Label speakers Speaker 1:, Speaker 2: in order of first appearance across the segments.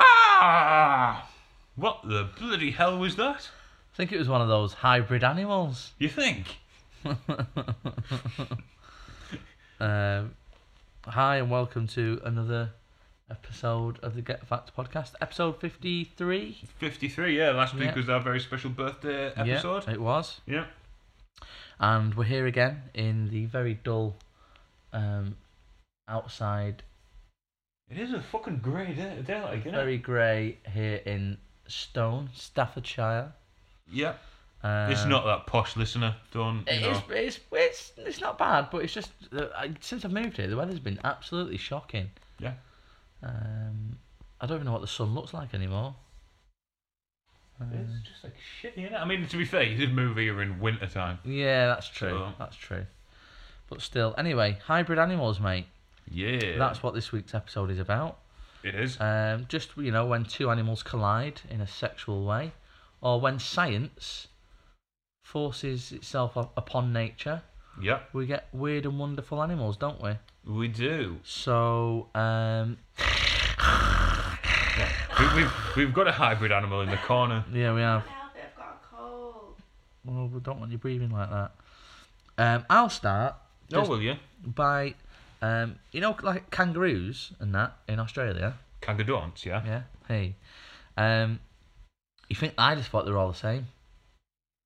Speaker 1: Ah! What the bloody hell was that?
Speaker 2: I think it was one of those hybrid animals.
Speaker 1: You think?
Speaker 2: Um, hi, and welcome to another episode of the Get Fact podcast, episode 53.
Speaker 1: 53, yeah, last week
Speaker 2: Yeah.
Speaker 1: was our very special birthday episode.
Speaker 2: Yeah, it was.
Speaker 1: Yeah.
Speaker 2: And we're here again in the very dull um, outside,
Speaker 1: It is a fucking grey day, daylight, isn't it?
Speaker 2: very grey here in Stone, Staffordshire.
Speaker 1: Yeah.
Speaker 2: Um,
Speaker 1: it's not that posh, listener. Don't, you
Speaker 2: It
Speaker 1: know.
Speaker 2: is, it's, it's, it's not bad, but it's just uh, I- since I've moved here, the weather's been absolutely shocking.
Speaker 1: Yeah.
Speaker 2: Um, I don't even know what the sun looks like anymore. Uh,
Speaker 1: It's just like shit, you know. I mean, to be fair, you did move here in winter time.
Speaker 2: Yeah, that's true.
Speaker 1: So-
Speaker 2: That's true. But still, anyway, hybrid animals, mate.
Speaker 1: Yeah.
Speaker 2: That's what this week's episode is about.
Speaker 1: It is.
Speaker 2: Um, just you know, when two animals collide in a sexual way, or when science forces itself up upon nature,
Speaker 1: yeah.
Speaker 2: we get weird and wonderful animals, don't we?
Speaker 1: We do.
Speaker 2: So, um,
Speaker 1: We, we've, we've got a hybrid animal in the corner.
Speaker 2: yeah, we have.
Speaker 3: help it, I've got a cold.
Speaker 2: Well, we don't want you breathing like that. Um, I'll start
Speaker 1: Oh,
Speaker 2: Just-
Speaker 1: will you?
Speaker 2: by, um, you know, like kangaroos and that in Australia.
Speaker 1: Kangadons, yeah?
Speaker 2: Yeah. Hey. Um, you think I just thought they were all the same?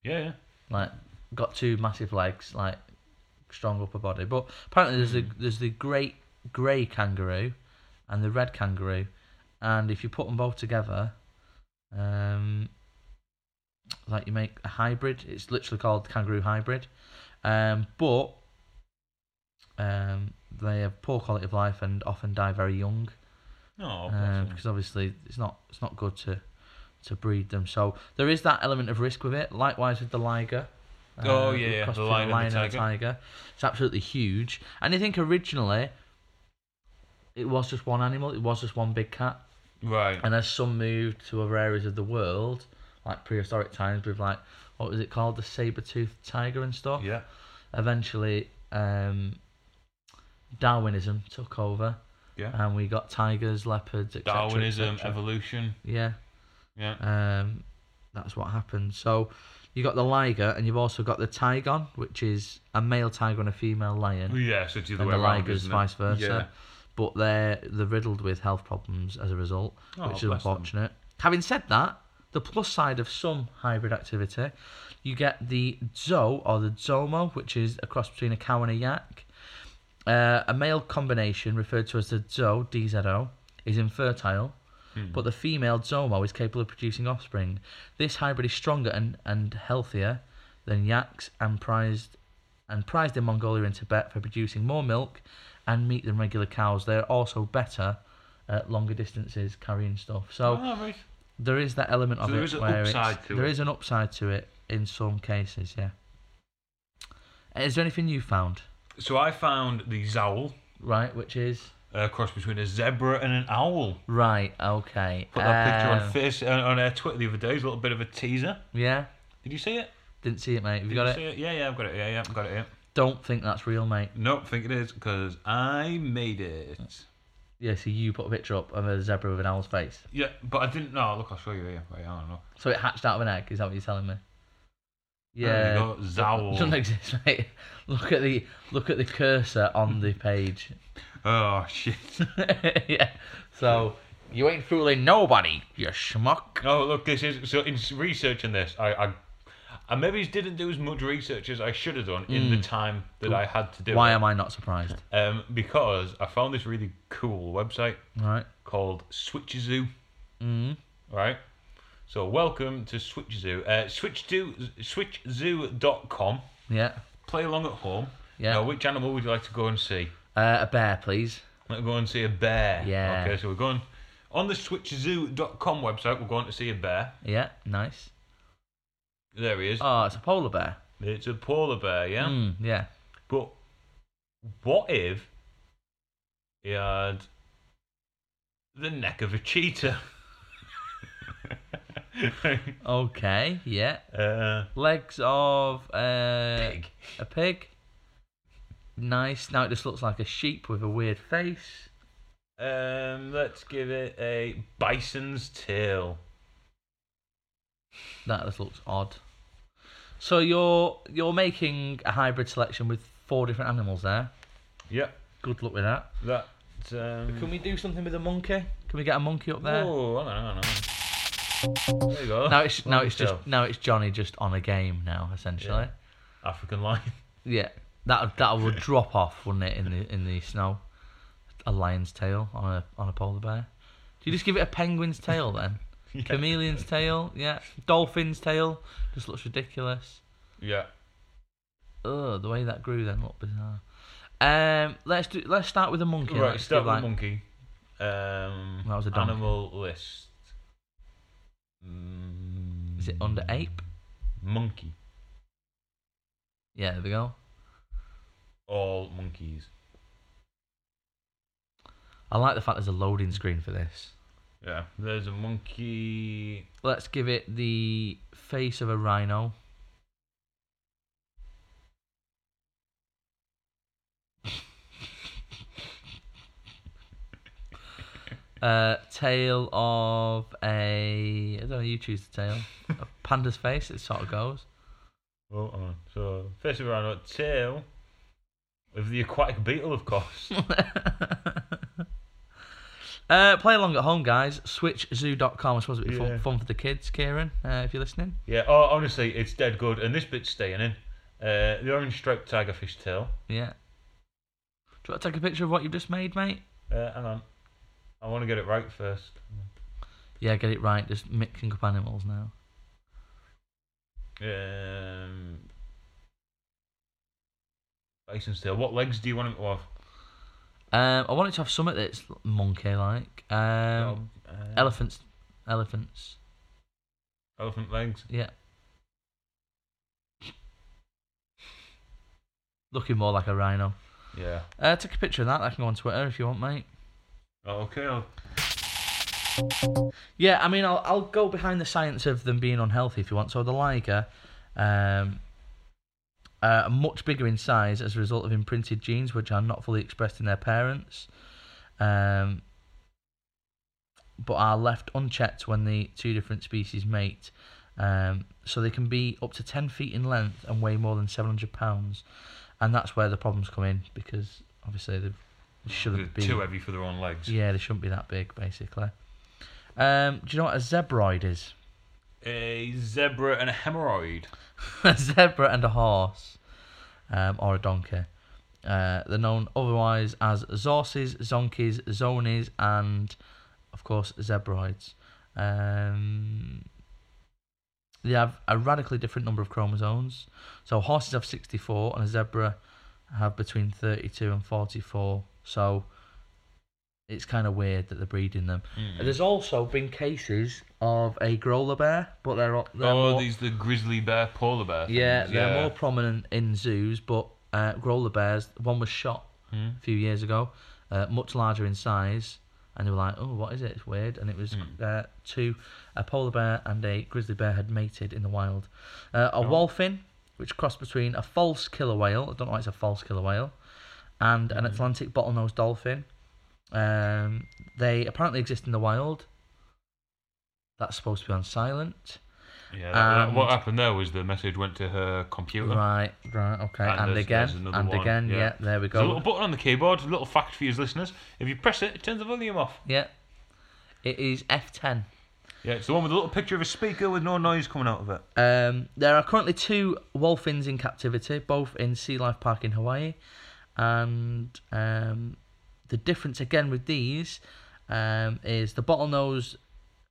Speaker 1: Yeah, yeah.
Speaker 2: Like, got two massive legs, like strong upper body. But apparently, there's the there's the great grey kangaroo, and the red kangaroo, and if you put them both together, um, like you make a hybrid. It's literally called kangaroo hybrid. Um, but um, they have poor quality of life and often die very young
Speaker 1: Oh,
Speaker 2: um,
Speaker 1: bless 'em.
Speaker 2: because obviously it's not it's not good to to breed them. So there is that element of risk with it. Likewise with the liger.
Speaker 1: Oh,
Speaker 2: uh,
Speaker 1: yeah, yeah,
Speaker 2: cross
Speaker 1: the
Speaker 2: between
Speaker 1: lion and the tiger.
Speaker 2: It's absolutely huge. And I think originally it was just one animal. It was just one big cat.
Speaker 1: Right.
Speaker 2: And as some moved to other areas of the world, like prehistoric times, with like what was it called, the saber-toothed tiger and stuff.
Speaker 1: Yeah.
Speaker 2: Eventually, um, Darwinism took over,
Speaker 1: Yeah.
Speaker 2: and we got tigers, leopards, etc.
Speaker 1: Darwinism,
Speaker 2: etc..
Speaker 1: evolution.
Speaker 2: Yeah,
Speaker 1: Yeah.
Speaker 2: um, that's what happened. So you got the liger, and you've also got the tigon, which is a male tiger and a female lion,
Speaker 1: Oh, Yeah, so it's the other
Speaker 2: and
Speaker 1: way
Speaker 2: the
Speaker 1: around.
Speaker 2: ligers
Speaker 1: isn't it?
Speaker 2: vice versa.
Speaker 1: Yeah.
Speaker 2: But they're they're riddled with health problems as a result,
Speaker 1: Oh,
Speaker 2: which is
Speaker 1: bless them.
Speaker 2: unfortunate. Having said that, the plus side of some hybrid activity, you get the zo or the zomo, which is a cross between a cow and a yak. Uh, a male combination, referred to as the zo, DZO, is infertile,
Speaker 1: Hmm.
Speaker 2: but the female zomo is capable of producing offspring. This hybrid is stronger and, and healthier than yaks and prized and prized in Mongolia and Tibet for producing more milk and meat than regular cows. They're also better at longer distances carrying stuff. So
Speaker 1: Oh, right.
Speaker 2: there is that element of
Speaker 1: there
Speaker 2: it
Speaker 1: is an
Speaker 2: where it's-
Speaker 1: upside to
Speaker 2: there
Speaker 1: it.
Speaker 2: is an upside to it in some cases, yeah. Is there anything you found,
Speaker 1: So I found the zowl,
Speaker 2: right? Which is
Speaker 1: a cross between a zebra and an owl.
Speaker 2: right, okay.
Speaker 1: Put that picture on
Speaker 2: Um,
Speaker 1: face on, on uh, Twitter the other day. It's a little bit of a teaser.
Speaker 2: Yeah,
Speaker 1: Did you see it?
Speaker 2: didn't see it, mate. Have you
Speaker 1: Did
Speaker 2: got it?
Speaker 1: see it? Yeah, yeah, I've got it. Yeah, yeah, I've got it. Yeah.
Speaker 2: Don't think that's real, mate.
Speaker 1: Nope, think it is because I made it.
Speaker 2: Yeah, so you put a picture up of a zebra with an owl's face.
Speaker 1: Yeah, but I didn't. No, look, I'll show you. Yeah, wait, I don't know.
Speaker 2: So it hatched out of an egg. Is that what you're telling me?
Speaker 1: There
Speaker 2: Yeah.
Speaker 1: you go, zowl.
Speaker 2: Doesn't exist, mate. Look at the look at the cursor on the page.
Speaker 1: Oh shit.
Speaker 2: yeah. So you ain't fooling nobody, you schmuck.
Speaker 1: Oh look, this is so in s- researching this, I, I I maybe didn't do as much research as I should have done in the time that I had to do
Speaker 2: Hmm. Why
Speaker 1: it.
Speaker 2: am I not surprised?
Speaker 1: Um, because I found this really cool website
Speaker 2: Right. Mm-hmm.
Speaker 1: called Switchazoo. Mm. Right. So welcome to Switchazoo. Uh, switch to switchzoo.com.
Speaker 2: Yeah.
Speaker 1: Play along at home.
Speaker 2: Yeah.
Speaker 1: Now, which animal would you like to go and see?
Speaker 2: Uh, a bear, please.
Speaker 1: Let's go and see a bear.
Speaker 2: Yeah.
Speaker 1: Okay, so we're going on the switchzoo.com website. We're going to see a bear.
Speaker 2: Yeah. Nice.
Speaker 1: There he is.
Speaker 2: Oh, it's a polar bear.
Speaker 1: It's a polar bear. Yeah.
Speaker 2: Mm, yeah.
Speaker 1: But what if he had the neck of a cheetah?
Speaker 2: Okay. Yeah.
Speaker 1: uh,
Speaker 2: Legs of uh,
Speaker 1: pig.
Speaker 2: a pig. Nice. Now it just looks like a sheep with a weird face.
Speaker 1: Um, let's give it a bison's tail.
Speaker 2: That just looks odd. So you're you're making a hybrid selection with four different animals there.
Speaker 1: Yep,
Speaker 2: Good luck with that.
Speaker 1: that. Um,
Speaker 2: Can we do something with a monkey? Can we get a monkey up there?
Speaker 1: Oh, hang on, hang on. There you go.
Speaker 2: Now it's now it's just
Speaker 1: Monkey tail.
Speaker 2: now it's Johnny just on a game now essentially.
Speaker 1: African lion.
Speaker 2: Yeah, that that would drop off, wouldn't it, in the in the snow? A lion's tail on a on a polar bear. Do you just give it a penguin's tail then? Chameleon's tail, yeah. Dolphin's tail just looks ridiculous.
Speaker 1: Yeah.
Speaker 2: Ugh, the way that grew then looked bizarre. Um, let's do let's start with a monkey.
Speaker 1: right,
Speaker 2: let's
Speaker 1: start
Speaker 2: do,
Speaker 1: with
Speaker 2: like-
Speaker 1: monkey. Um,
Speaker 2: That was a donkey.
Speaker 1: animal list. Mm,
Speaker 2: Is it under ape?
Speaker 1: monkey?
Speaker 2: Yeah, there we go.
Speaker 1: All monkeys.
Speaker 2: I like the fact there's a loading screen for this.
Speaker 1: Yeah, there's a monkey.
Speaker 2: Let's give it the face of a rhino. uh, tail of a. I don't know, you choose the tail. A panda's face, it sort of goes.
Speaker 1: Oh, hang on. So, face of a rhino, tail of the aquatic beetle, of course.
Speaker 2: Uh, play along at home, guys. Switchzoo.com. I suppose it'd be
Speaker 1: Yeah.
Speaker 2: fun, fun for the kids, Kieran, uh, if you're listening.
Speaker 1: yeah, oh, honestly, it's dead good. And this bit's staying in. Uh, the orange striped tigerfish tail.
Speaker 2: Yeah. Do you want to take a picture of what you've just made, mate?
Speaker 1: Uh, hang on. I want to get it right first.
Speaker 2: Yeah, get it right. Just mixing up animals now.
Speaker 1: Um, bison's tail. What legs do you want him to have?
Speaker 2: Um, I wanted to have something that's monkey-like. Um,
Speaker 1: Oh, uh,
Speaker 2: Elephants, elephants.
Speaker 1: elephant legs.
Speaker 2: Yeah. Looking more like a rhino.
Speaker 1: Yeah.
Speaker 2: Uh, take a picture of that. I can go on Twitter if you want, mate.
Speaker 1: Oh, okay. I'll...
Speaker 2: Yeah, I mean, I'll I'll go behind the science of them being unhealthy if you want. So the liger, um, uh, much bigger in size as a result of imprinted genes which are not fully expressed in their parents, um, but are left unchecked when the two different species mate. Um, so they can be up to ten feet in length and weigh more than seven hundred pounds, and that's where the problems come in because obviously they shouldn't be
Speaker 1: Too heavy for their own legs.
Speaker 2: yeah, they shouldn't be that big, basically. Um, do you know what a zebroid is?
Speaker 1: A zebra and a hemorrhoid.
Speaker 2: a zebra and a horse, um, or a donkey. Uh, they're known otherwise as zorses, zonkies, zonies, and of course zebroids. Um, they have a radically different number of chromosomes. So horses have 64, and a zebra have between 32 and 44. So it's kind of weird that they're breeding them.
Speaker 1: Mm.
Speaker 2: There's also been cases of a growler bear, but they're, they're
Speaker 1: oh,
Speaker 2: more-
Speaker 1: these the grizzly bear, polar bear.
Speaker 2: Yeah,
Speaker 1: things,
Speaker 2: they're more prominent in zoos, but uh, growler bears, one was shot a few years ago, uh, much larger in size, and they were like, oh, what is it? It's weird. And it was uh, two, a polar bear and a grizzly bear had mated in the wild. Uh, a wolfin, which crossed between a false killer whale, I don't know why it's a false killer whale, and an Atlantic bottlenose dolphin. Um, they apparently exist in the wild. That's supposed to be on silent.
Speaker 1: Yeah, that- that- what
Speaker 2: And-
Speaker 1: happened there was the message went to her computer.
Speaker 2: Right, right, okay.
Speaker 1: And
Speaker 2: And,
Speaker 1: there's-
Speaker 2: again,
Speaker 1: there's another
Speaker 2: and
Speaker 1: one,
Speaker 2: again,
Speaker 1: yeah.
Speaker 2: yeah. there we
Speaker 1: There's a little
Speaker 2: go.
Speaker 1: button on the keyboard, a little fact for you as listeners. If you press it, it turns the volume off.
Speaker 2: Yeah. It is F10.
Speaker 1: Yeah, it's the one with a little picture of a speaker with no noise coming out of it.
Speaker 2: Um, there are currently two wolfins in captivity, both in Sea Life Park in Hawaii. And um, the difference again with these um, is the bottlenose,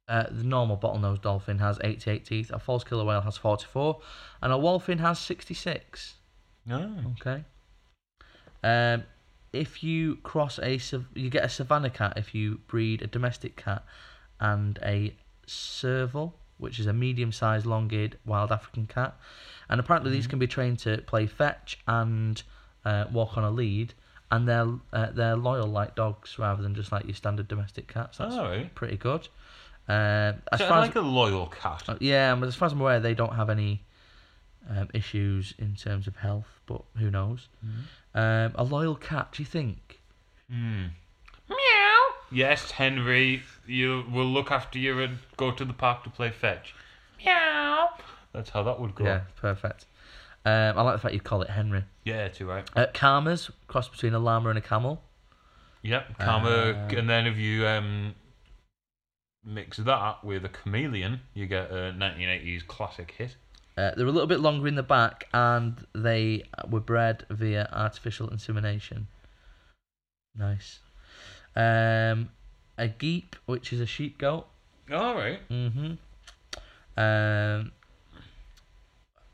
Speaker 2: uh, the normal bottlenose dolphin has 88 teeth, a false killer whale has 44, and a wolfin has 66.
Speaker 1: No.
Speaker 2: Okay. Um, if you cross a sav- you get a savannah cat if you breed a domestic cat and a serval, which is a medium-sized long-eared wild African cat, and apparently these can be trained to play fetch and uh, walk on a lead, and they're uh, they're loyal like dogs rather than just like your standard domestic cats. That's
Speaker 1: All right.
Speaker 2: pretty good. Uh, as
Speaker 1: Is it
Speaker 2: far as
Speaker 1: like a loyal cat.
Speaker 2: uh, Yeah, but as far as I'm aware, they don't have any um, issues in terms of health, but who knows? Um, a loyal cat, do you think?
Speaker 1: Yes, Henry, you will look after you and go to the park to play fetch. Meow. That's how that would go.
Speaker 2: Yeah,
Speaker 1: Yeah,
Speaker 2: perfect. Um, I like the fact you call it Henry.
Speaker 1: it's all right.
Speaker 2: Uh, Karmas, cross between a llama and a camel.
Speaker 1: Yep, karma.
Speaker 2: Uh,
Speaker 1: and then if you um, mix that with a chameleon, you get a 1980s classic hit.
Speaker 2: Uh, they're a little bit longer in the back, and they were bred via artificial insemination. Nice. Um, a geep, which is a sheep goat.
Speaker 1: All right.
Speaker 2: Mm-hmm. Um,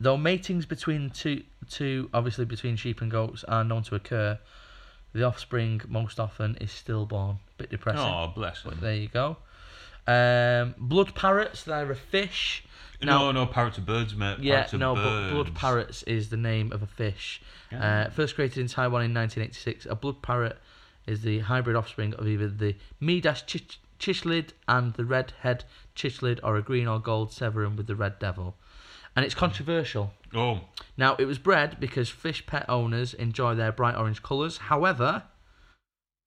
Speaker 2: though matings between two, two obviously between sheep and goats are known to occur, the offspring most often is stillborn. Bit depressing.
Speaker 1: Oh, bless him.
Speaker 2: But there you go. Um, blood parrots. They're a fish.
Speaker 1: No, no, parrots are birds, mate.
Speaker 2: Yeah,
Speaker 1: parrots are
Speaker 2: no, but
Speaker 1: birds.
Speaker 2: blood parrots is the name of a fish. Uh, first created in Taiwan in 1986, a blood parrot is the hybrid offspring of either the Midas chich- chishlid and the red-head chishlid, or a green or gold severin with the red devil. And it's controversial.
Speaker 1: Oh,
Speaker 2: Now, it was bred because fish pet owners enjoy their bright orange colours. However,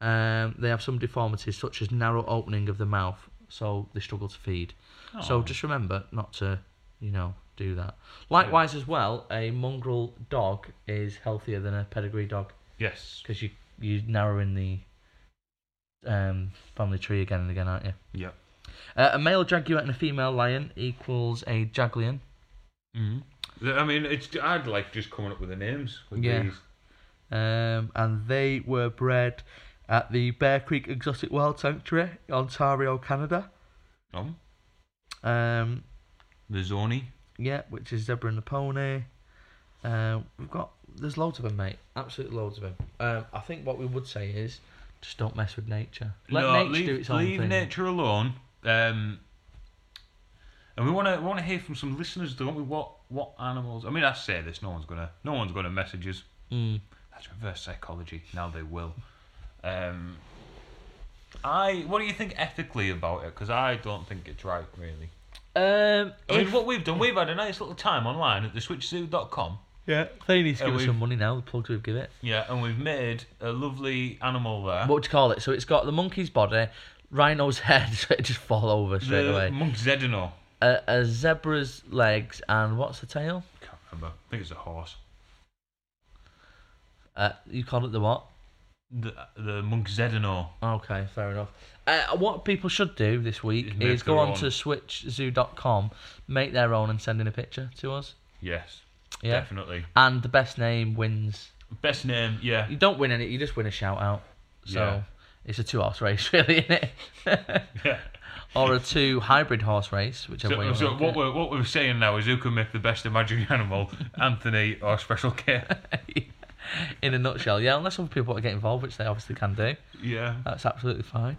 Speaker 2: um, they have some deformities, such as narrow opening of the mouth, so they struggle to feed. So
Speaker 1: Oh.
Speaker 2: just remember not to, you know, do that. Likewise, as well, a mongrel dog is healthier than a pedigree dog
Speaker 1: yes.
Speaker 2: because you you narrowing the um, family tree again and again, aren't you?
Speaker 1: Yep.
Speaker 2: Uh, a male jaguar and a female lion equals a jaglion.
Speaker 1: hmm I mean, it's I'd like just coming up with the names. With
Speaker 2: Yeah.
Speaker 1: These.
Speaker 2: um, and they were bred at the Bear Creek Exotic Wild Sanctuary, Ontario, Canada.
Speaker 1: Um,
Speaker 2: Um,
Speaker 1: the Zoni.
Speaker 2: yeah, which is zebra and the pony. Uh, we've got there's loads of them, mate. Absolutely loads of them. Um, I think what we would say is just don't mess with nature. Let nature
Speaker 1: leave,
Speaker 2: do its own
Speaker 1: leave
Speaker 2: thing.
Speaker 1: nature alone. Um, and we want to want to hear from some listeners, don't we? What what animals? I mean, I say this, no one's gonna no one's gonna message us.
Speaker 2: Mm.
Speaker 1: That's reverse psychology. Now they will. Um, I what do you think ethically about it? Because I don't think it's right, really.
Speaker 2: Um,
Speaker 1: I mean,
Speaker 2: if-
Speaker 1: what we've done, we've had a nice little time online at theswitchzoo.com.
Speaker 2: yeah, they need to
Speaker 1: Uh,
Speaker 2: give us
Speaker 1: we've-
Speaker 2: some money now. The plugs we've give it.
Speaker 1: Yeah, and we've made a lovely animal there.
Speaker 2: What would you call it? So it's got the monkey's body, rhino's head, so it just fall over straight
Speaker 1: the
Speaker 2: away.
Speaker 1: monk Zedino.
Speaker 2: A, a zebra's legs and what's the tail?
Speaker 1: Can't remember. I think it's a horse.
Speaker 2: Uh, you call it the what?
Speaker 1: The the monk Zedino.
Speaker 2: Okay, fair enough. Uh, what people should do this week
Speaker 1: Is make
Speaker 2: is go
Speaker 1: their
Speaker 2: on
Speaker 1: own.
Speaker 2: to switchzoo.com, make their own, and send in a picture to us.
Speaker 1: Yes,
Speaker 2: Yeah.
Speaker 1: definitely.
Speaker 2: And the best name wins.
Speaker 1: Best name, yeah.
Speaker 2: You don't win any, you just win a shout out. So
Speaker 1: Yeah.
Speaker 2: it's a two horse race, really, isn't it?
Speaker 1: yeah.
Speaker 2: or a two hybrid horse race, whichever way
Speaker 1: So,
Speaker 2: you
Speaker 1: so
Speaker 2: want
Speaker 1: what we're what we're saying now is who can make the best imaginary animal, Anthony or Special K.
Speaker 2: In a nutshell, yeah, unless other people want to get involved, which they obviously can do.
Speaker 1: Yeah.
Speaker 2: That's absolutely fine.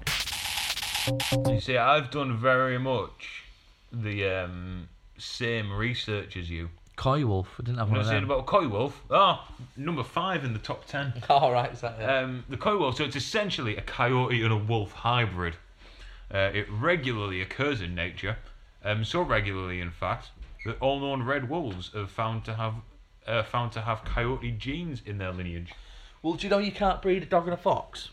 Speaker 1: You see, I've done very much the um, same research as you.
Speaker 2: Coy Wolf, I didn't have
Speaker 1: You know,
Speaker 2: one of
Speaker 1: saying
Speaker 2: them.
Speaker 1: about Koi Wolf. Oh, number five in the top ten.
Speaker 2: All right, is that it?
Speaker 1: Um, the coy wolf, so it's essentially a coyote and a wolf hybrid. Uh, it regularly occurs in nature, um, so regularly, in fact, that all known red wolves are found to have uh, found to have coyote genes in their lineage.
Speaker 2: Well, do you know you can't breed a dog and a fox?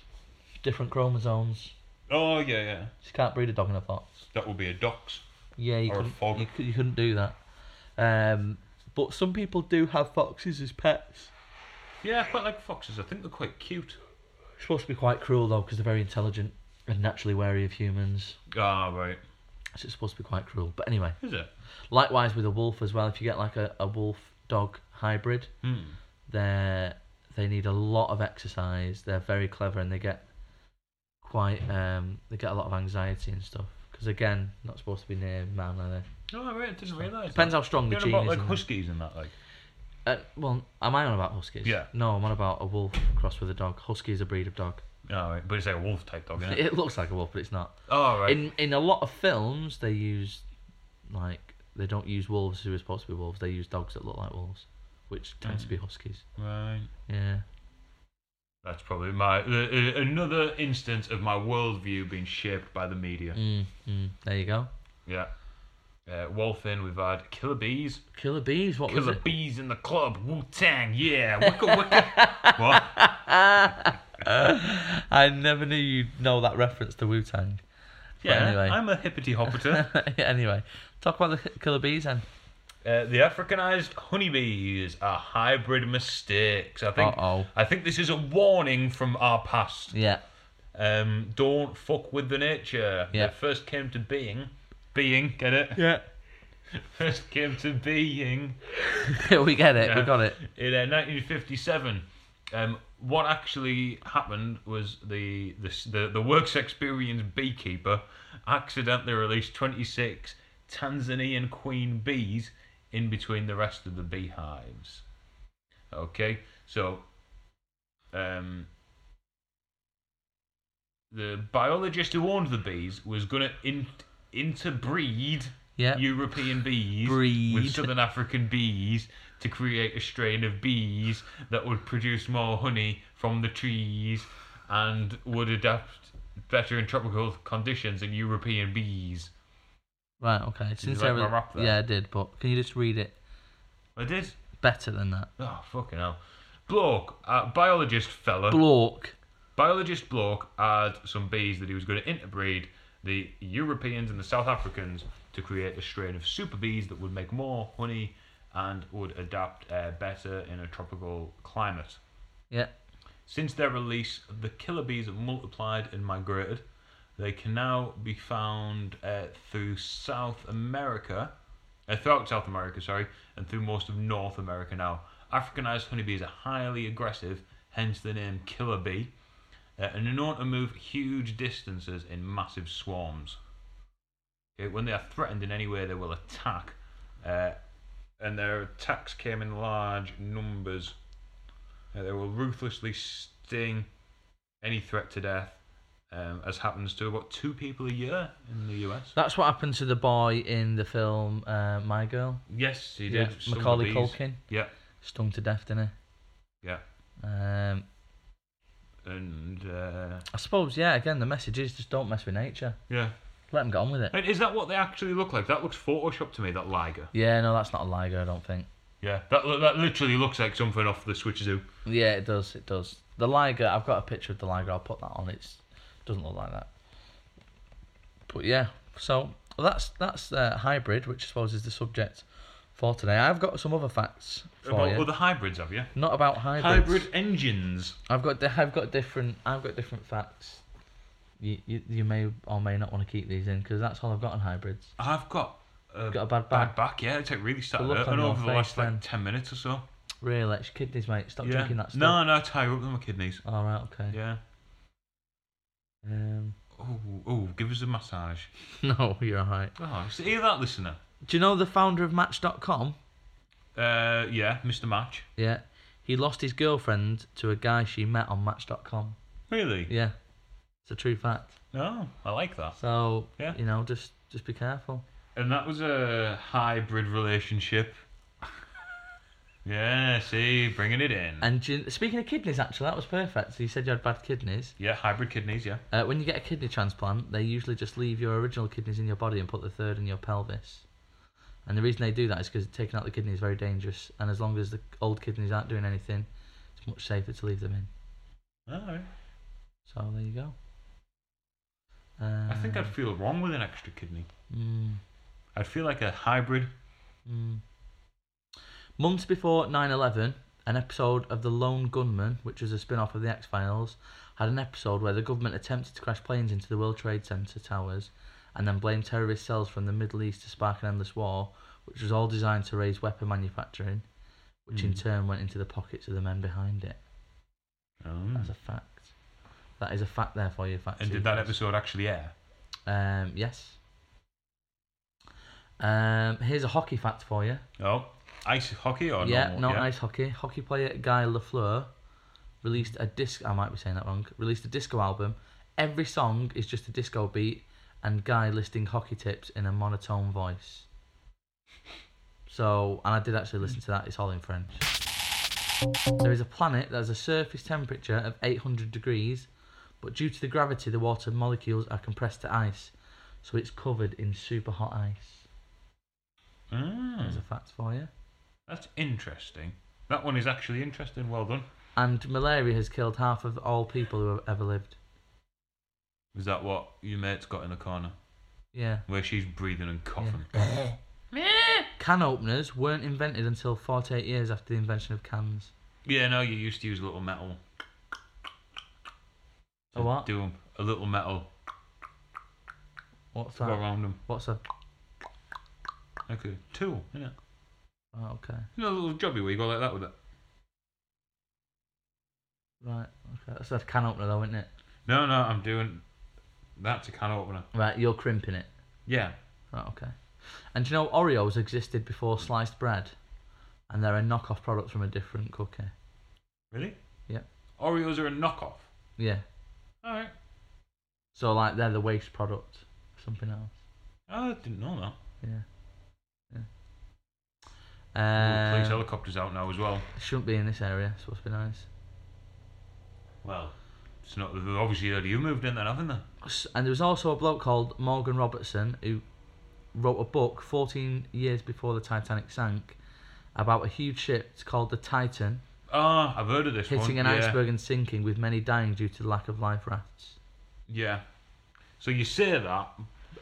Speaker 2: Different chromosomes.
Speaker 1: Oh yeah, yeah.
Speaker 2: You can't breed a dog and a fox.
Speaker 1: That would be a dox.
Speaker 2: Yeah, you
Speaker 1: Or a
Speaker 2: couldn't.
Speaker 1: fog.
Speaker 2: You, cou- you couldn't do that. Um, but some people do have foxes as pets.
Speaker 1: Yeah, I quite like foxes. I think they're quite cute.
Speaker 2: It's supposed to be quite cruel though, because they're very intelligent and naturally wary of humans.
Speaker 1: Ah, right.
Speaker 2: So it's supposed to be quite cruel. But anyway,
Speaker 1: Is it?
Speaker 2: likewise with a wolf as well. If you get like a, a wolf dog hybrid,
Speaker 1: Hmm.
Speaker 2: they they need a lot of exercise. They're very clever and they get quite um they get a lot of anxiety and stuff. Because again, not supposed to be near man, are they?
Speaker 1: No, Oh, I really didn't realise.
Speaker 2: Depends
Speaker 1: that.
Speaker 2: how strong the
Speaker 1: You're on
Speaker 2: gene
Speaker 1: about
Speaker 2: is.
Speaker 1: like
Speaker 2: and-
Speaker 1: huskies and that, like.
Speaker 2: uh, well, am I on about huskies?
Speaker 1: Yeah.
Speaker 2: No, I'm on about a wolf crossed with a dog. Husky is a breed of dog.
Speaker 1: Oh, right. but it's like a wolf type dog, isn't it?
Speaker 2: It looks like a wolf, but it's not.
Speaker 1: oh, right.
Speaker 2: In in a lot of films, they use like they don't use wolves who are supposed to be wolves. They use dogs that look like wolves, which tend to be
Speaker 1: Mm.
Speaker 2: huskies.
Speaker 1: Right.
Speaker 2: Yeah.
Speaker 1: That's probably my uh, another instance of my worldview being shaped by the media.
Speaker 2: Mm, mm. There you go.
Speaker 1: Yeah. Uh, Wolfen, we've had Killer Bees.
Speaker 2: Killer bees. What was
Speaker 1: Killer
Speaker 2: it?
Speaker 1: Bees in the club. Wu Tang, yeah. Wicka wicka. what?
Speaker 2: I never knew you'd know that reference to Wu Tang.
Speaker 1: Yeah,
Speaker 2: anyway.
Speaker 1: I'm a hippity hoppeter.
Speaker 2: anyway, talk about the killer bees then.
Speaker 1: Uh, the Africanized honeybees are hybrid mistakes. I think.
Speaker 2: Uh-oh.
Speaker 1: I think this is a warning from our past.
Speaker 2: Yeah.
Speaker 1: Um, don't fuck with the nature.
Speaker 2: Yeah.
Speaker 1: They first came to being. Being, get it?
Speaker 2: Yeah.
Speaker 1: First came to being
Speaker 2: we get it. We
Speaker 1: Yeah.
Speaker 2: got it.
Speaker 1: in uh, 1957. Um, what actually happened was the the the, the works experience beekeeper accidentally released 26 Tanzanian queen bees in between the rest of the beehives. Okay, so um, the biologist who owned the bees was going to in, interbreed
Speaker 2: Yeah.
Speaker 1: European bees
Speaker 2: Breed.
Speaker 1: with Southern African bees to create a strain of bees that would produce more honey from the trees and would adapt better in tropical conditions than European bees.
Speaker 2: Right. Okay. Since
Speaker 1: like
Speaker 2: I was-
Speaker 1: my rap there?
Speaker 2: yeah, I did. But can you just read it
Speaker 1: I did.
Speaker 2: better than that?
Speaker 1: Oh, fucking hell. Bloke, uh, biologist fella.
Speaker 2: Block.
Speaker 1: Biologist Bloke had some bees that he was going to interbreed the Europeans and the South Africans to create a strain of super bees that would make more honey and would adapt uh, better in a tropical climate.
Speaker 2: Yeah.
Speaker 1: Since their release, the killer bees have multiplied and migrated. They can now be found uh, through South America, uh, throughout South America, sorry, and through most of North America now. Africanized honeybees are highly aggressive, hence the name killer bee, uh, and are known to move huge distances in massive swarms. Okay, when they are threatened in any way, they will attack, uh, and their attacks came in large numbers. Uh, they will ruthlessly sting any threat to death, um, as happens to about two people a year in the US.
Speaker 2: That's what happened to the boy in the film uh, My Girl.
Speaker 1: Yes, he
Speaker 2: Yeah,
Speaker 1: did. Stung the
Speaker 2: Macaulay
Speaker 1: bees.
Speaker 2: Culkin
Speaker 1: Yeah,
Speaker 2: stung to death, didn't
Speaker 1: yeah.
Speaker 2: he? Um,
Speaker 1: And uh,
Speaker 2: I suppose, yeah. Again, the message is just don't mess with nature.
Speaker 1: yeah.
Speaker 2: Let them get on with it.
Speaker 1: And is that what they actually look like? That looks Photoshop to me, that Liger.
Speaker 2: Yeah, no, that's not a liger, I don't think.
Speaker 1: Yeah, that, lo- that literally looks like something off the Switch Zoo.
Speaker 2: Yeah, it does. It does. The liger. I've got a picture of the liger. I'll put that on. It's doesn't look like that. But yeah, so well, that's that's uh, hybrid, which I suppose is the subject for today. I've got some other facts for
Speaker 1: About
Speaker 2: you.
Speaker 1: other hybrids, have you?
Speaker 2: Not about Oh, hybrids.
Speaker 1: Hybrid engines.
Speaker 2: I've got di- I've got different I've got different facts. You, you, you may or may not want to keep these in because that's all I've got on hybrids.
Speaker 1: I've got a
Speaker 2: Got a bad
Speaker 1: bad
Speaker 2: back.
Speaker 1: back, yeah. It's like really started
Speaker 2: look on
Speaker 1: hurting
Speaker 2: your
Speaker 1: over the
Speaker 2: face
Speaker 1: last
Speaker 2: then.
Speaker 1: like 10 minutes or so.
Speaker 2: Really, it's your kidneys, mate. Stop
Speaker 1: yeah.
Speaker 2: drinking that stuff.
Speaker 1: no, no, tie up with my kidneys.
Speaker 2: All right. Okay.
Speaker 1: Yeah.
Speaker 2: Um,
Speaker 1: Oh, oh, give us a massage.
Speaker 2: no, you're alright.
Speaker 1: Oh, so hear that, listener?
Speaker 2: Do you know the founder of Match.com?
Speaker 1: Uh, yeah, Mr. Match.
Speaker 2: Yeah. He lost his girlfriend to a guy she met on Match.com.
Speaker 1: Really?
Speaker 2: Yeah. It's a true fact.
Speaker 1: No, I like that.
Speaker 2: So
Speaker 1: Yeah.
Speaker 2: you know, just just be careful.
Speaker 1: And that was a hybrid relationship. yeah, see, bringing it in.
Speaker 2: And do you, speaking of kidneys, actually, that was perfect. So you said you had bad kidneys.
Speaker 1: yeah, hybrid kidneys. Yeah.
Speaker 2: Uh, when you get a kidney transplant, they usually just leave your original kidneys in your body and put the third in your pelvis. And the reason they do that is because taking out the kidney is very dangerous. And as long as the old kidneys aren't doing anything, it's much safer to leave them in.
Speaker 1: All right.
Speaker 2: So there you go. Uh,
Speaker 1: I think I'd feel wrong with an extra kidney.
Speaker 2: Mm,
Speaker 1: I'd feel like a hybrid.
Speaker 2: mm. Months before 9 11, an episode of The Lone Gunman, which was a spin off of The X Files, had an episode where the government attempted to crash planes into the World Trade Center towers and then blamed terrorist cells from the Middle East to spark an endless war, which was all designed to raise weapon manufacturing, which in
Speaker 1: Hmm.
Speaker 2: turn went into the pockets of the men behind it.
Speaker 1: Um,
Speaker 2: That's a fact. That is a fact there for you, fact.
Speaker 1: and did that
Speaker 2: seekers.
Speaker 1: episode actually air?
Speaker 2: Um, yes. Um, here's a hockey fact for you.
Speaker 1: Oh, ice hockey or
Speaker 2: yeah,
Speaker 1: normal?
Speaker 2: not ice hockey. Hockey player Guy Lafleur released a disc. I might be saying that wrong. Released a disco album. Every song is just a disco beat, and Guy listing hockey tips in a monotone voice. So, and I did actually listen to that. It's all in French. There is a planet that has a surface temperature of 800 degrees, but due to the gravity, the water molecules are compressed to ice, so it's covered in super hot ice.
Speaker 1: Ah,
Speaker 2: There's a fact for you.
Speaker 1: that's interesting. That one is actually interesting. Well done.
Speaker 2: And malaria has killed half of all people who have ever lived.
Speaker 1: Is that what your mate's got in the corner?
Speaker 2: Yeah.
Speaker 1: Where she's breathing and coughing.
Speaker 2: Can openers weren't invented until 48 years after the invention of cans.
Speaker 1: Yeah, no, you used to use a little metal.
Speaker 2: A what?
Speaker 1: Do 'em. A little metal.
Speaker 2: What's
Speaker 1: Go
Speaker 2: that?
Speaker 1: around them.
Speaker 2: What's a.
Speaker 1: Like a tool, innit?
Speaker 2: Oh, okay.
Speaker 1: You know, a little jobby where you go like that with it.
Speaker 2: Right. Okay. That's a can opener, though, isn't it?
Speaker 1: No, no, I'm doing. That's a can opener.
Speaker 2: Right. You're crimping it.
Speaker 1: Yeah.
Speaker 2: Right. Okay. And do you know Oreos existed before sliced bread? And they're a knockoff product from a different cookie.
Speaker 1: Really?
Speaker 2: Yeah.
Speaker 1: Oreos are a knockoff.
Speaker 2: Yeah.
Speaker 1: Alright.
Speaker 2: So, like, they're the waste product. Something else.
Speaker 1: I didn't know that.
Speaker 2: Yeah.
Speaker 1: Ooh,
Speaker 2: Yeah.
Speaker 1: police
Speaker 2: Um,
Speaker 1: helicopters out now as well.
Speaker 2: shouldn't be in this area. It's supposed to be nice.
Speaker 1: Well, it's not. they've Obviously, you moved in then, haven't they?
Speaker 2: S- and there was also a bloke called Morgan Robertson who wrote a book 14 years before the Titanic sank about a huge ship it's called the Titan
Speaker 1: Ah, I've heard of this one.
Speaker 2: hitting an
Speaker 1: yeah.
Speaker 2: iceberg and sinking with many dying due to the lack of life rafts.
Speaker 1: Yeah. So you say that,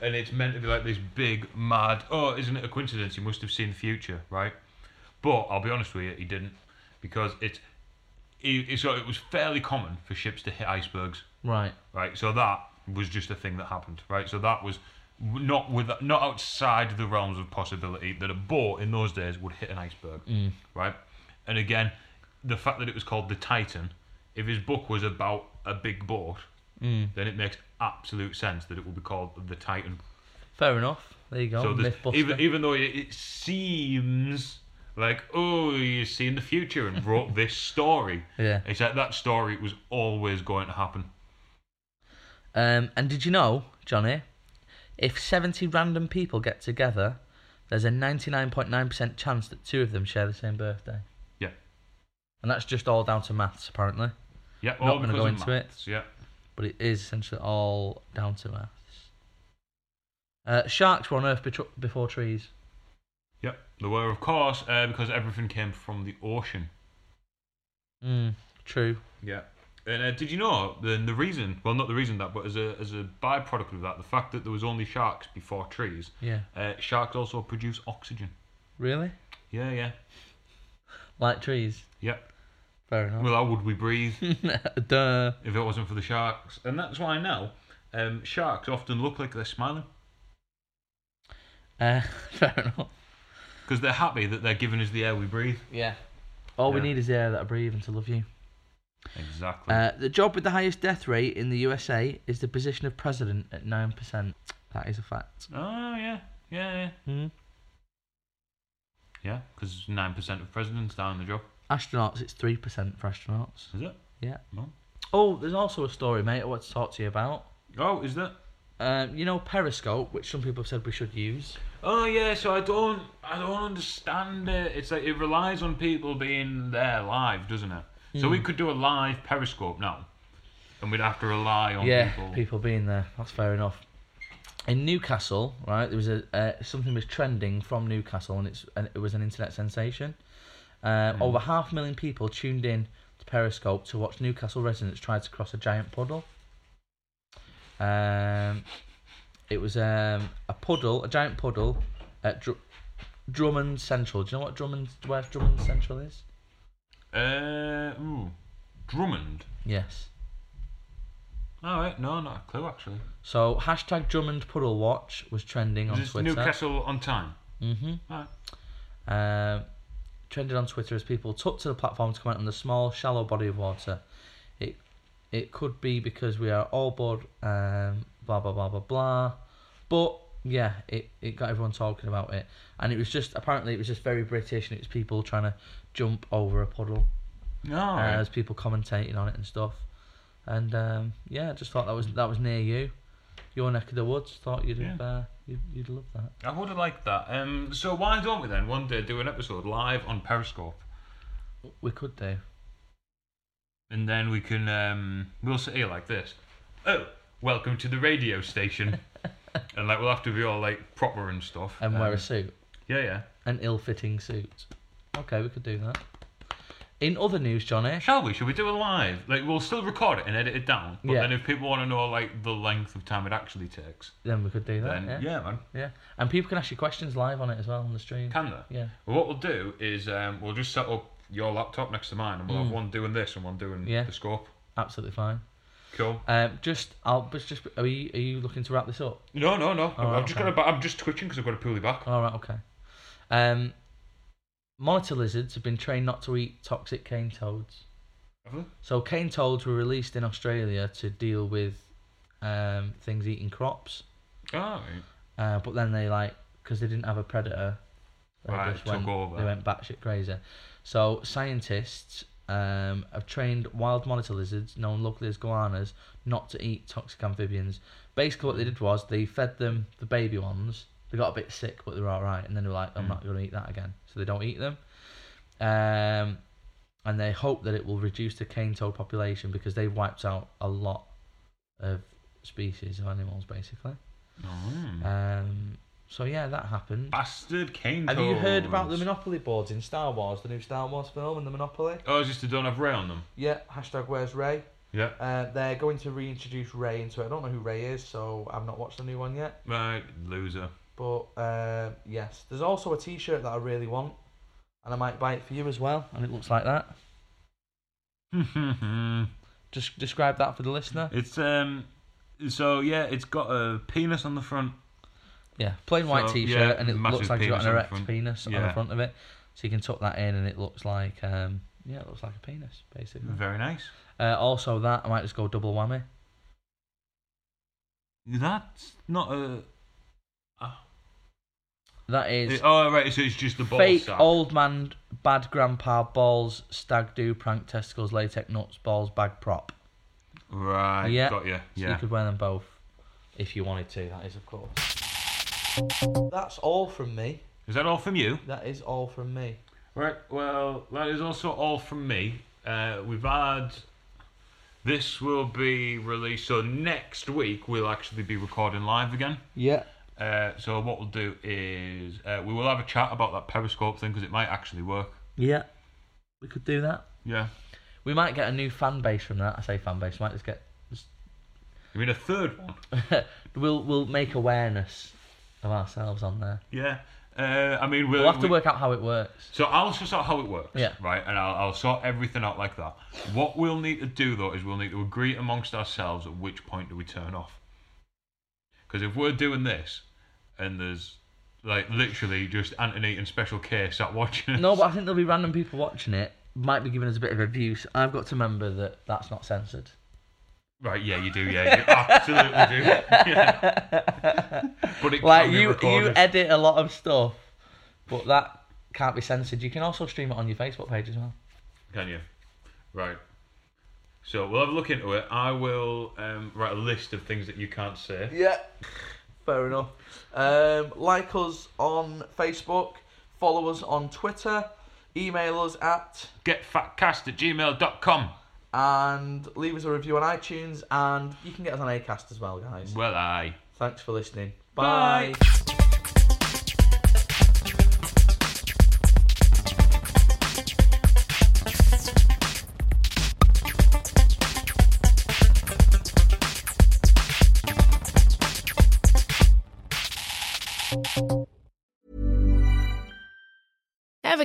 Speaker 1: and it's meant to be like this big, mad, oh, isn't it a coincidence? You must have seen the future, right? But I'll be honest with you, he didn't. Because it's. He, he- so it was fairly common for ships to hit icebergs,
Speaker 2: Right.
Speaker 1: right? So that was just a thing that happened, right? So that was w- not with not outside the realms of possibility that a boat in those days would hit an iceberg,
Speaker 2: Mm.
Speaker 1: right? And again, the fact that it was called the Titan, if his book was about a big boat,
Speaker 2: Mm.
Speaker 1: then it makes absolute sense that it will be called the Titan.
Speaker 2: Fair enough. There you go.
Speaker 1: so there's-
Speaker 2: Oh, Mythbuster.
Speaker 1: even even though it, it seems like oh you've seen the future and wrote this story,
Speaker 2: Yeah.
Speaker 1: it's like that story was always going to happen.
Speaker 2: Um, and did you know, Johnny, if 70 random people get together, there's a 99.9% chance that two of them share the same birthday.
Speaker 1: Yeah,
Speaker 2: And that's just all down to maths, apparently.
Speaker 1: yeah.
Speaker 2: Not
Speaker 1: all
Speaker 2: gonna
Speaker 1: because
Speaker 2: go
Speaker 1: of
Speaker 2: into it.
Speaker 1: maths, Yeah.
Speaker 2: but it is essentially all down to maths. Uh, sharks were on Earth betr- before trees.
Speaker 1: Yep, there were, of course, uh, because everything came from the ocean.
Speaker 2: Mm, true.
Speaker 1: Yeah. And uh, did you know then the reason? Well, not the reason that, but as a as a byproduct of that, the fact that there was only sharks before trees.
Speaker 2: Yeah.
Speaker 1: Uh, sharks also produce oxygen.
Speaker 2: Really?
Speaker 1: Yeah, yeah,
Speaker 2: Like trees.
Speaker 1: yep.
Speaker 2: Fair enough.
Speaker 1: Well, how would we breathe
Speaker 2: Duh.
Speaker 1: if it wasn't for the sharks? And that's why now um, sharks often look like they're smiling
Speaker 2: Uh, fair enough.
Speaker 1: because they're happy that they're giving us the air we breathe.
Speaker 2: Yeah. All we
Speaker 1: Yeah.
Speaker 2: need is the air that I breathe and to love you.
Speaker 1: Exactly.
Speaker 2: Uh, the job with the highest death rate in the USA is the position of president at 9%. That is a fact.
Speaker 1: oh yeah, yeah, yeah.
Speaker 2: Mm.
Speaker 1: Yeah, because nine percent of presidents down the job,
Speaker 2: Astronauts, it's 3% for astronauts.
Speaker 1: is it?
Speaker 2: Yeah.
Speaker 1: No.
Speaker 2: Oh, there's also a story, mate, I want to talk to you about.
Speaker 1: Oh, is that?
Speaker 2: Um, you know Periscope, which some people have said we should use.
Speaker 1: Oh yeah, so I don't, I don't understand it. It's like it relies on people being there live, doesn't it? So
Speaker 2: Hmm.
Speaker 1: we could do a live Periscope now, and we'd have to rely on
Speaker 2: yeah,
Speaker 1: people.
Speaker 2: being there. That's fair enough. In Newcastle, right, there was a uh, something was trending from Newcastle, and it's and it was an internet sensation. Uh, Over half a million people tuned in to Periscope to watch Newcastle residents try to cross a giant puddle. Um, it was um, a puddle, a giant puddle at Dr- Drummond Central. Do you know what Drummond, where Drummond Central is?
Speaker 1: Uh, ooh, Drummond.
Speaker 2: Yes.
Speaker 1: All right, no, not a clue actually.
Speaker 2: So hashtag Drummond Puddle Watch was trending on
Speaker 1: Is this
Speaker 2: Twitter.
Speaker 1: Newcastle on time?
Speaker 2: Mm-hmm.
Speaker 1: Right.
Speaker 2: Um, trended on Twitter as people took to the platform to comment on the small, shallow body of water. It it could be because we are all bored. Um, blah blah blah blah blah. But yeah, it, it got everyone talking about it, and it was just apparently it was just very British, and it was people trying to jump over a puddle
Speaker 1: No.
Speaker 2: uh, as people commentating on it and stuff. And um, yeah, I just thought that was that was near you, your neck of the woods. Thought you'd have,
Speaker 1: Yeah.
Speaker 2: uh, you'd, you'd love that.
Speaker 1: I would have liked that. Um, so why don't we then one day do an episode live on Periscope,
Speaker 2: We could do.
Speaker 1: and then we can um, we'll sit here like this. Oh, welcome to the radio station, and like we'll have to be all like proper and stuff.
Speaker 2: and wear
Speaker 1: Um,
Speaker 2: a suit,
Speaker 1: yeah, yeah.
Speaker 2: an ill-fitting suit. Okay, we could do that. In other news, Johnny,
Speaker 1: Shall we? Should we do it live? Like we'll still record it and edit it down. But
Speaker 2: Yeah.
Speaker 1: then if people want to know like the length of time it actually takes,
Speaker 2: then we could do that.
Speaker 1: then
Speaker 2: yeah.
Speaker 1: yeah, man,
Speaker 2: yeah. and people can ask you questions live on it as well on the stream.
Speaker 1: can there?
Speaker 2: yeah,
Speaker 1: Well, what we'll do is um, we'll just set up your laptop next to mine, and we'll have one doing this and one doing
Speaker 2: Hmm. Yeah.
Speaker 1: the scope.
Speaker 2: absolutely fine.
Speaker 1: Cool.
Speaker 2: Um, just I'll but just are you are you looking to wrap this up?
Speaker 1: No, no, no. I'm,
Speaker 2: All right,
Speaker 1: just
Speaker 2: okay.
Speaker 1: gonna. ba- I'm just twitching because I've got to pull you back.
Speaker 2: All right, okay. Um, monitor lizards have been trained not to eat toxic cane toads.
Speaker 1: Have they?
Speaker 2: So cane toads were released in Australia to deal with um, things eating crops.
Speaker 1: Oh,
Speaker 2: Uh, but then they like because they didn't have a predator, they
Speaker 1: Right,
Speaker 2: just
Speaker 1: took
Speaker 2: went
Speaker 1: over.
Speaker 2: they went batshit crazy. So scientists um, have trained wild monitor lizards, known locally as goannas, not to eat toxic amphibians. Basically, what they did was they fed them the baby ones. They got a bit sick, but they were all right, and then they were like,
Speaker 1: Hmm.
Speaker 2: "I'm not going to eat that again," so they don't eat them. Um, and they hope that it will reduce the cane toad population because they've wiped out a lot of species of animals, basically.
Speaker 1: Mm.
Speaker 2: Um, so yeah, that happened.
Speaker 1: bastard cane.
Speaker 2: Have you heard about the
Speaker 1: toads.
Speaker 2: Monopoly boards in Star Wars, the new Star Wars film, and the Monopoly?
Speaker 1: Oh, it's just they don't have Ray on them.
Speaker 2: Yeah, hashtag Where's Ray?
Speaker 1: Yeah.
Speaker 2: Uh, they're going to reintroduce Ray into it. I don't know who Ray is, so I've not watched the new one yet.
Speaker 1: Right, loser.
Speaker 2: But uh, yes, there's also a T-shirt that I really want, and I might buy it for you as well. And it looks like that.
Speaker 1: it's
Speaker 2: Just describe that for the listener.
Speaker 1: um. So yeah, it's got a penis on the front.
Speaker 2: Yeah, plain white
Speaker 1: So,
Speaker 2: T-shirt,
Speaker 1: yeah,
Speaker 2: and it
Speaker 1: massive
Speaker 2: looks like you've got
Speaker 1: penis
Speaker 2: an
Speaker 1: on the
Speaker 2: erect
Speaker 1: front.
Speaker 2: penis on the
Speaker 1: Yeah.
Speaker 2: front of it. So you can tuck that in, and it looks like um, yeah, it looks like a penis basically.
Speaker 1: Very nice.
Speaker 2: Uh, also, that I might just go double whammy.
Speaker 1: That's not a. ah.
Speaker 2: That is
Speaker 1: oh right, so it's just the ball
Speaker 2: fake
Speaker 1: sack.
Speaker 2: old man, bad grandpa, balls, stag do, prank testicles, latex nuts, balls, bag prop.
Speaker 1: Right.
Speaker 2: Yeah.
Speaker 1: Got you.
Speaker 2: So
Speaker 1: Yeah.
Speaker 2: you could wear them both if you wanted to. That is, of course. That's all from me.
Speaker 1: Is that all from you?
Speaker 2: That is all from me.
Speaker 1: Right, well, that is also all from me. Uh, we've had. This will be released, so next week we'll actually be recording live again.
Speaker 2: Yeah.
Speaker 1: Uh, so, what we'll do is uh, we will have a chat about that Periscope thing because it might actually work.
Speaker 2: Yeah. We could do that.
Speaker 1: Yeah.
Speaker 2: We might get a new fan base from that. I say fan base. Might just get.
Speaker 1: I mean, a third one.
Speaker 2: we'll we'll make awareness of ourselves on there.
Speaker 1: Yeah. Uh, I mean, we'll,
Speaker 2: We'll have to
Speaker 1: we-
Speaker 2: work out how it works.
Speaker 1: So I'll just sort how it works,
Speaker 2: Yeah.
Speaker 1: right? And I'll, I'll sort everything out like that. What we'll need to do though is we'll need to agree amongst ourselves at which point do we turn off. Because if we're doing this, and there's like literally just Anthony and Special K sat watching us.
Speaker 2: No, but I think there'll be random people watching it. Might be giving us a bit of abuse. I've got to remember that that's not censored.
Speaker 1: Right? Yeah, you do. Yeah, you absolutely do. Yeah. But it
Speaker 2: Like
Speaker 1: can be
Speaker 2: you, you
Speaker 1: recorded.
Speaker 2: edit a lot of stuff, but that can't be censored. You can also stream it on your Facebook page as well.
Speaker 1: Can you? Right. So we'll have a look into it. I will um, write a list of things that you can't say.
Speaker 2: Yeah, fair enough. Um, like us on Facebook, follow us on Twitter, email us at,
Speaker 1: Getfatcast at gmail.com.
Speaker 2: and leave us a review on iTunes, and you can get us on Acast as well, guys.
Speaker 1: Well, I.
Speaker 2: Thanks for listening.
Speaker 1: Bye.
Speaker 2: Bye.
Speaker 4: Ever